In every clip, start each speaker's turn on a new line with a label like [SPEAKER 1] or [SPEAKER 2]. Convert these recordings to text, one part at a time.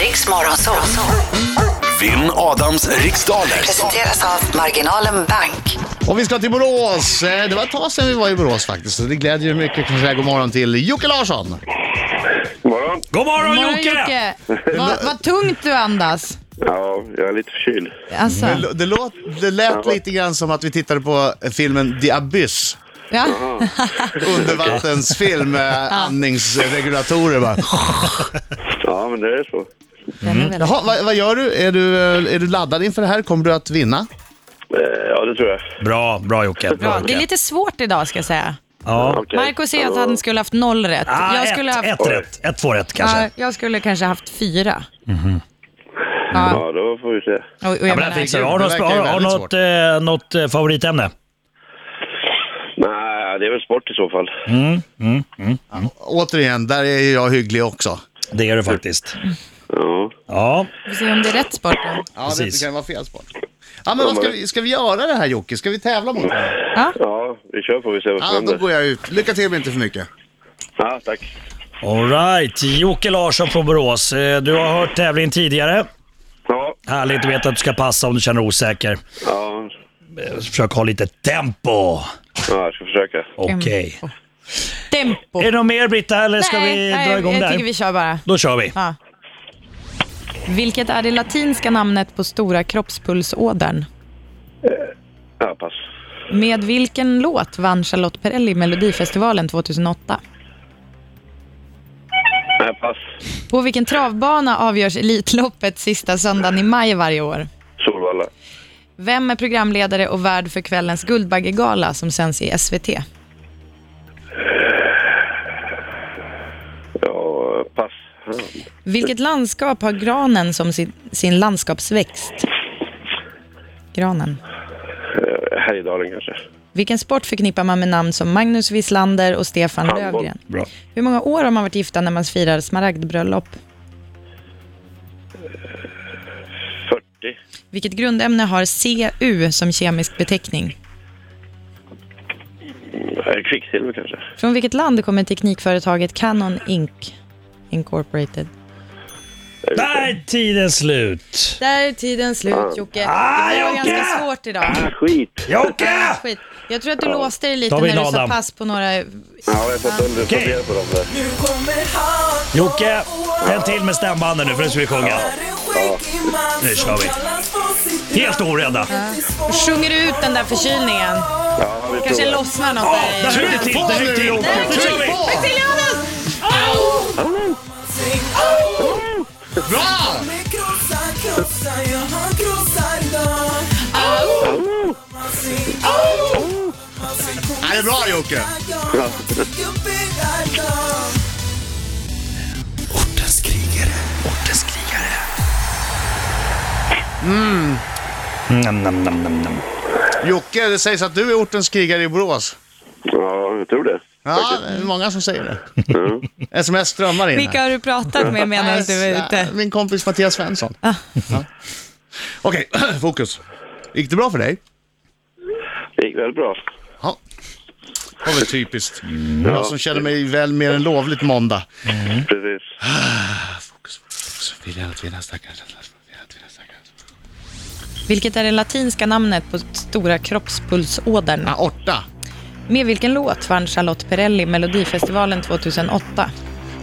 [SPEAKER 1] Riks Morgonzoo.
[SPEAKER 2] Vinn Adams riksdaler.
[SPEAKER 1] Presenteras av Marginalen Bank.
[SPEAKER 3] Och vi ska till Borås. Eh, Det var ett tag sedan vi var i Borås faktiskt. Så det glädjer ju mycket. Kan säga god morgon till Jocke Larsson.
[SPEAKER 4] God morgon.
[SPEAKER 5] God morgon,
[SPEAKER 6] Morgon
[SPEAKER 5] Jocke!
[SPEAKER 6] Jocke! Vad vad tungt du andas.
[SPEAKER 4] Ja, jag är lite förkyld.
[SPEAKER 6] Alltså,
[SPEAKER 3] Det, lå- det, låt, det lät lite grann som att vi tittade på eh, filmen The Abyss.
[SPEAKER 6] ja.
[SPEAKER 3] Undervattensfilm med andningsregulatorer bara.
[SPEAKER 4] Ja, men det är så.
[SPEAKER 6] Den är väldigt...
[SPEAKER 3] Jaha, vad, vad gör du? Är, du? eh, är du laddad inför det här? Kommer du att vinna?
[SPEAKER 4] Eh, Ja, det tror jag.
[SPEAKER 5] Bra, bra Jocke.
[SPEAKER 6] Bra. Det
[SPEAKER 5] Jocke.
[SPEAKER 6] är lite svårt idag ska jag säga.
[SPEAKER 5] Ja.
[SPEAKER 4] Okej.
[SPEAKER 6] Marco säger att han skulle haft noll rätt.
[SPEAKER 5] Ah,
[SPEAKER 6] jag, skulle
[SPEAKER 5] ett,
[SPEAKER 6] haft,
[SPEAKER 5] ett rätt. Ett, två rätt kanske.
[SPEAKER 6] Ja, jag skulle kanske haft fyra. Ja,
[SPEAKER 4] Ja, då får vi se.
[SPEAKER 6] och, och jag
[SPEAKER 5] Mhm. ja, men
[SPEAKER 6] menar,
[SPEAKER 5] det fixar vi. Har
[SPEAKER 3] det
[SPEAKER 5] du något,
[SPEAKER 3] verkar
[SPEAKER 5] har,
[SPEAKER 3] ju
[SPEAKER 5] har
[SPEAKER 3] väldigt
[SPEAKER 5] något, eh, något eh, favoritämne?
[SPEAKER 4] Nej, det är väl sport i så fall.
[SPEAKER 5] Mm.
[SPEAKER 3] Återigen, där är ju jag hygglig också.
[SPEAKER 5] Det är det faktiskt.
[SPEAKER 4] Ja.
[SPEAKER 5] Ja,
[SPEAKER 6] vi får se om det är rätt sport då.
[SPEAKER 3] Ja, det
[SPEAKER 5] Precis.
[SPEAKER 3] kan ju vara fel sport. Ja, men vad ska, vi, ska vi göra det här Jocke? Ska vi tävla mot varandra?
[SPEAKER 4] ja, vi kör får vi se vad som
[SPEAKER 3] Ja, då
[SPEAKER 4] händer.
[SPEAKER 3] går jag ut. Lycka till men inte för mycket.
[SPEAKER 4] Ja, tack.
[SPEAKER 5] alright. Jocke Larsson från Borås. Eh, Du har hört tävlingen tidigare.
[SPEAKER 4] Ja,
[SPEAKER 5] Härligt att veta att du ska passa om du känner dig osäker.
[SPEAKER 4] ja,
[SPEAKER 5] Eh, Försök ha lite tempo.
[SPEAKER 4] ja jag ska försöka.
[SPEAKER 5] Okej.
[SPEAKER 6] Tempo.
[SPEAKER 5] Är det något mer Britta eller Eh, ska vi
[SPEAKER 6] nej,
[SPEAKER 5] dra igång
[SPEAKER 6] jag
[SPEAKER 5] där?
[SPEAKER 6] tycker vi kör bara.
[SPEAKER 5] Då kör vi.
[SPEAKER 6] Ja. Vilket är det latinska namnet på stora kroppspulsådern?
[SPEAKER 4] Ja, pass.
[SPEAKER 6] Med vilken låt vann Charlotte Perrelli Melodifestivalen 2008?
[SPEAKER 4] Nej, pass.
[SPEAKER 6] På vilken travbana avgörs Elitloppet sista söndagen i maj varje år?
[SPEAKER 4] Solvalla.
[SPEAKER 6] Vem är programledare och värd för kvällens Guldbaggegala som sänds i SVT?
[SPEAKER 4] Ja, pass.
[SPEAKER 6] Vilket landskap har granen som sin, sin landskapsväxt? Granen.
[SPEAKER 4] Eh, Härjedalen kanske.
[SPEAKER 6] Vilken sport förknippar man med namn som Magnus Wislander och Stefan
[SPEAKER 4] Handboll.
[SPEAKER 6] Löfgren?
[SPEAKER 5] Bra.
[SPEAKER 6] Hur många år har man varit gifta när man firar smaragdbröllop?
[SPEAKER 4] 40.
[SPEAKER 6] Vilket grundämne har CU som kemisk beteckning?
[SPEAKER 4] Eh, Kvicksilver kanske.
[SPEAKER 6] Från vilket land kommer teknikföretaget Canon Inc. Incorporated?
[SPEAKER 5] Där är tiden slut.
[SPEAKER 6] Där är tiden slut Jocke.
[SPEAKER 5] Ah,
[SPEAKER 6] det var
[SPEAKER 5] Jocke! Ah.
[SPEAKER 6] ganska svårt idag.
[SPEAKER 4] Ah, skit!
[SPEAKER 5] Jocke!
[SPEAKER 6] Skit. Jag tror att du låste dig lite
[SPEAKER 5] Tar vi
[SPEAKER 6] när
[SPEAKER 5] in
[SPEAKER 6] du sa
[SPEAKER 5] Adam.
[SPEAKER 6] pass på några...
[SPEAKER 4] Ja, jag har fått under
[SPEAKER 5] Okej.
[SPEAKER 4] fundera på dem där.
[SPEAKER 5] Jocke, tänd till med stämbanden nu för nu ska vi sjunga. Nu kör vi. Helt orädda.
[SPEAKER 6] Sjunger du ut den där förkylningen?
[SPEAKER 4] Ja, vi
[SPEAKER 6] Kanske
[SPEAKER 4] provar.
[SPEAKER 6] lossnar något
[SPEAKER 5] Ja,
[SPEAKER 6] där i-
[SPEAKER 5] där högg det till. Där högg det till. Nu kör vi!
[SPEAKER 3] Bra! Ja, det är bra Jocke.
[SPEAKER 2] Ortens krigare. Ortens krigare.
[SPEAKER 5] Nam, nam, nam, nam, nam.
[SPEAKER 3] Jocke, det sägs att du är ortens krigare i Borås.
[SPEAKER 4] Ja, jag tror det.
[SPEAKER 3] Ja, det är många som säger det. Sms strömmar in. här.
[SPEAKER 6] Vilka har du pratat med medan du är ute? Ah.
[SPEAKER 3] Min kompis Mattias Svensson. Ja. Okej, fokus. Gick det bra för dig?
[SPEAKER 4] Det gick väl bra.
[SPEAKER 3] Ja. Det var väl typiskt. Jag som känner mig väl mer än lovligt måndag.
[SPEAKER 5] Mm.
[SPEAKER 4] Precis.
[SPEAKER 3] Viljan att vinna stackars. Viljan att vinna stackars.
[SPEAKER 6] Vilket är det latinska namnet på stora kroppspulsådern?
[SPEAKER 3] Ja, Orta.
[SPEAKER 6] Med vilken låt vann Charlotte Perrelli Melodifestivalen 2008?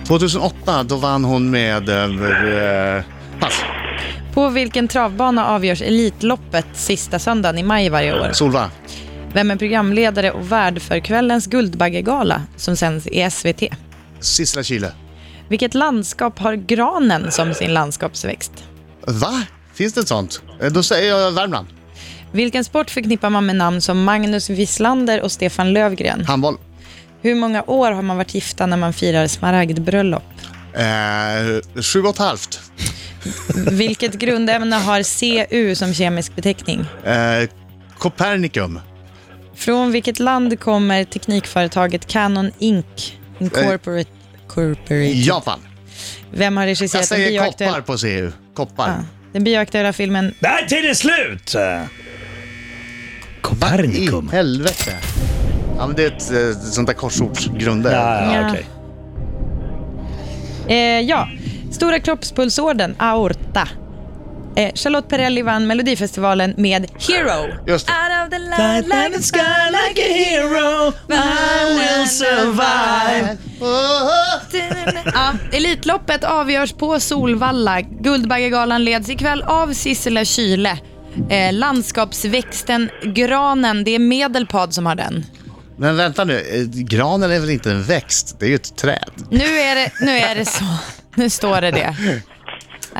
[SPEAKER 3] 2008, då vann hon med... eh, eh, pass.
[SPEAKER 6] På vilken travbana avgörs Elitloppet sista söndagen i maj varje år?
[SPEAKER 3] Solva.
[SPEAKER 6] Vem är programledare och värd för kvällens Guldbaggegala som sänds i SVT?
[SPEAKER 3] Sissela Kyle.
[SPEAKER 6] Vilket landskap har granen som sin landskapsväxt?
[SPEAKER 3] Va? Finns det ett sånt? Eh, Då säger jag Värmland.
[SPEAKER 6] Vilken sport förknippar man med namn som Magnus Wislander och Stefan Lövgren?
[SPEAKER 3] Handboll.
[SPEAKER 6] Hur många år har man varit gifta när man firar smaragdbröllop?
[SPEAKER 3] Eh, sju och ett halvt.
[SPEAKER 6] Vilket grundämne har CU som kemisk beteckning?
[SPEAKER 3] Eh, Copernicum.
[SPEAKER 6] Från vilket land kommer teknikföretaget Canon Inc. Incorporate? Corporate.
[SPEAKER 3] Japan.
[SPEAKER 6] Vem har
[SPEAKER 3] Eh. Jag
[SPEAKER 6] regisserat den
[SPEAKER 3] säger koppar
[SPEAKER 6] bioaktuella,
[SPEAKER 3] på CU. Koppar.
[SPEAKER 6] den bioaktuella filmen
[SPEAKER 5] Där är tiden slut! Copernicum.
[SPEAKER 3] I helvete. Ja, men det är ett, eh, sånt där korsordsgrunder.
[SPEAKER 5] Ja, ja,
[SPEAKER 6] Ja.
[SPEAKER 5] okej.
[SPEAKER 6] Eh, ja, Stora kroppspulsådern, aorta. Eh, Charlotte Perrelli vann Melodifestivalen med Hero.
[SPEAKER 3] Just det.
[SPEAKER 6] Out of the light like a sky like a hero I will survive ja, Elitloppet avgörs på Solvalla. Guldbaggegalan leds ikväll av Sissela Kyle. Eh, landskapsväxten granen, det är Medelpad som har den.
[SPEAKER 3] Men vänta nu, eh, granen är väl inte en växt? Det är ju ett träd.
[SPEAKER 6] Nu är det, nu är det så. Nu står det det.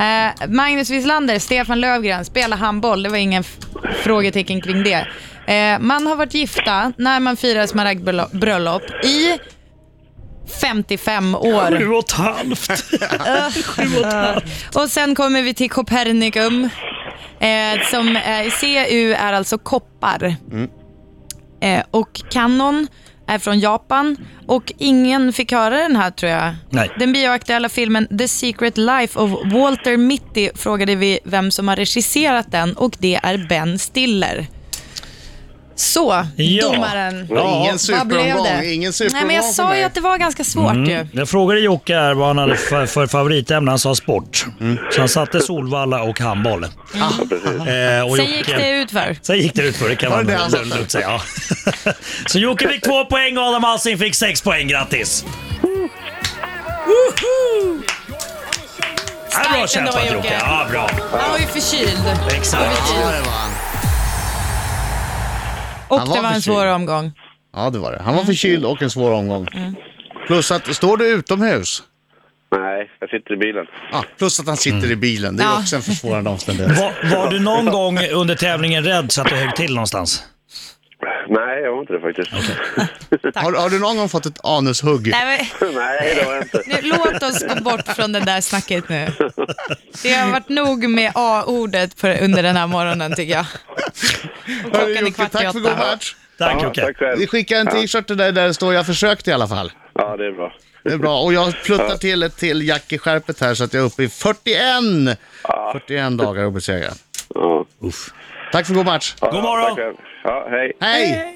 [SPEAKER 6] Eh, Magnus Wislander, Stefan Lövgren, spelar handboll. Det var ingen f- frågetecken kring det. Eh, man har varit gifta när man firar smaragdbröllop i 55 år.
[SPEAKER 5] Sju och ett halvt. Sju och ett halvt.
[SPEAKER 6] Och sen kommer vi till Copernicum. Eh, som, eh, CU är alltså koppar.
[SPEAKER 5] Mm.
[SPEAKER 6] Eh, och Canon är från Japan. Och ingen fick höra den här tror jag.
[SPEAKER 5] Nej.
[SPEAKER 6] Den bioaktuella filmen The Secret Life of Walter Mitty frågade vi vem som har regisserat den och det är Ben Stiller. Så,
[SPEAKER 5] Ja.
[SPEAKER 6] domaren.
[SPEAKER 3] Ja, ingen
[SPEAKER 6] Vad blev
[SPEAKER 3] superomgång.
[SPEAKER 6] det?
[SPEAKER 3] Ingen
[SPEAKER 6] Nej,
[SPEAKER 3] superomgång
[SPEAKER 6] men jag
[SPEAKER 3] för
[SPEAKER 6] sa
[SPEAKER 3] mig.
[SPEAKER 6] ju att det var ganska svårt ju.
[SPEAKER 5] Jag frågade Jocke här vad han hade för, för favoritämne. Han sa sport. Så han satte Solvalla och handboll.
[SPEAKER 4] precis.
[SPEAKER 5] Eh, och
[SPEAKER 6] Sen gick det ut för.
[SPEAKER 5] Sen gick det ut för det kan
[SPEAKER 3] Var det
[SPEAKER 5] man
[SPEAKER 3] det han sa?
[SPEAKER 5] lugnt lugnt säga. Ja. Så Jocke fick två poäng och Adam Alsing fick sex poäng. Grattis! Ja, bra
[SPEAKER 6] Starkt ändå,
[SPEAKER 5] kämpat
[SPEAKER 6] Jocke.
[SPEAKER 5] Jocke. Ja, bra.
[SPEAKER 6] Han var ju förkyld.
[SPEAKER 5] Exakt.
[SPEAKER 3] Ja, det var han.
[SPEAKER 6] Och
[SPEAKER 3] Han
[SPEAKER 6] det
[SPEAKER 3] var
[SPEAKER 6] var en
[SPEAKER 3] förkyld.
[SPEAKER 6] svår omgång.
[SPEAKER 3] Ja, det var det. Han var förkyld och en svår omgång.
[SPEAKER 6] Mm.
[SPEAKER 3] Plus att, står du utomhus?
[SPEAKER 4] Nej, jag sitter i bilen.
[SPEAKER 3] Ah, plus att han sitter i bilen. Det är
[SPEAKER 6] Ja.
[SPEAKER 3] också en försvårande omständighet.
[SPEAKER 5] Var, var du någon gång under tävlingen rädd så att du högg till någonstans?
[SPEAKER 4] Nej, jag har inte det faktiskt.
[SPEAKER 3] Har, har du någon gång fått ett anushugg?
[SPEAKER 6] Nej, men,
[SPEAKER 4] Nej, det har jag inte.
[SPEAKER 6] nu, låt oss gå bort från det där snacket nu. Det har varit nog med A-ordet för, under den här morgonen tycker jag. Och
[SPEAKER 3] Hörru,
[SPEAKER 6] klockan
[SPEAKER 3] Jocke,
[SPEAKER 6] är kvart i
[SPEAKER 3] Tack för god
[SPEAKER 6] åtta.
[SPEAKER 3] match.
[SPEAKER 5] Tack
[SPEAKER 4] Ja,
[SPEAKER 5] Jocke.
[SPEAKER 4] tack själv.
[SPEAKER 3] Vi skickar en t-shirt till dig där det står jag försökte i alla fall.
[SPEAKER 4] Ja, det är bra.
[SPEAKER 3] Det är bra. Och jag pluttar till ett till jack i skärpet här så att jag är uppe i 41! 41 dagar obesegrad.
[SPEAKER 4] Ja.
[SPEAKER 3] Tack för god match.
[SPEAKER 4] Ja,
[SPEAKER 5] God morgon.
[SPEAKER 4] tack själv. Ja, hej.
[SPEAKER 3] Hej!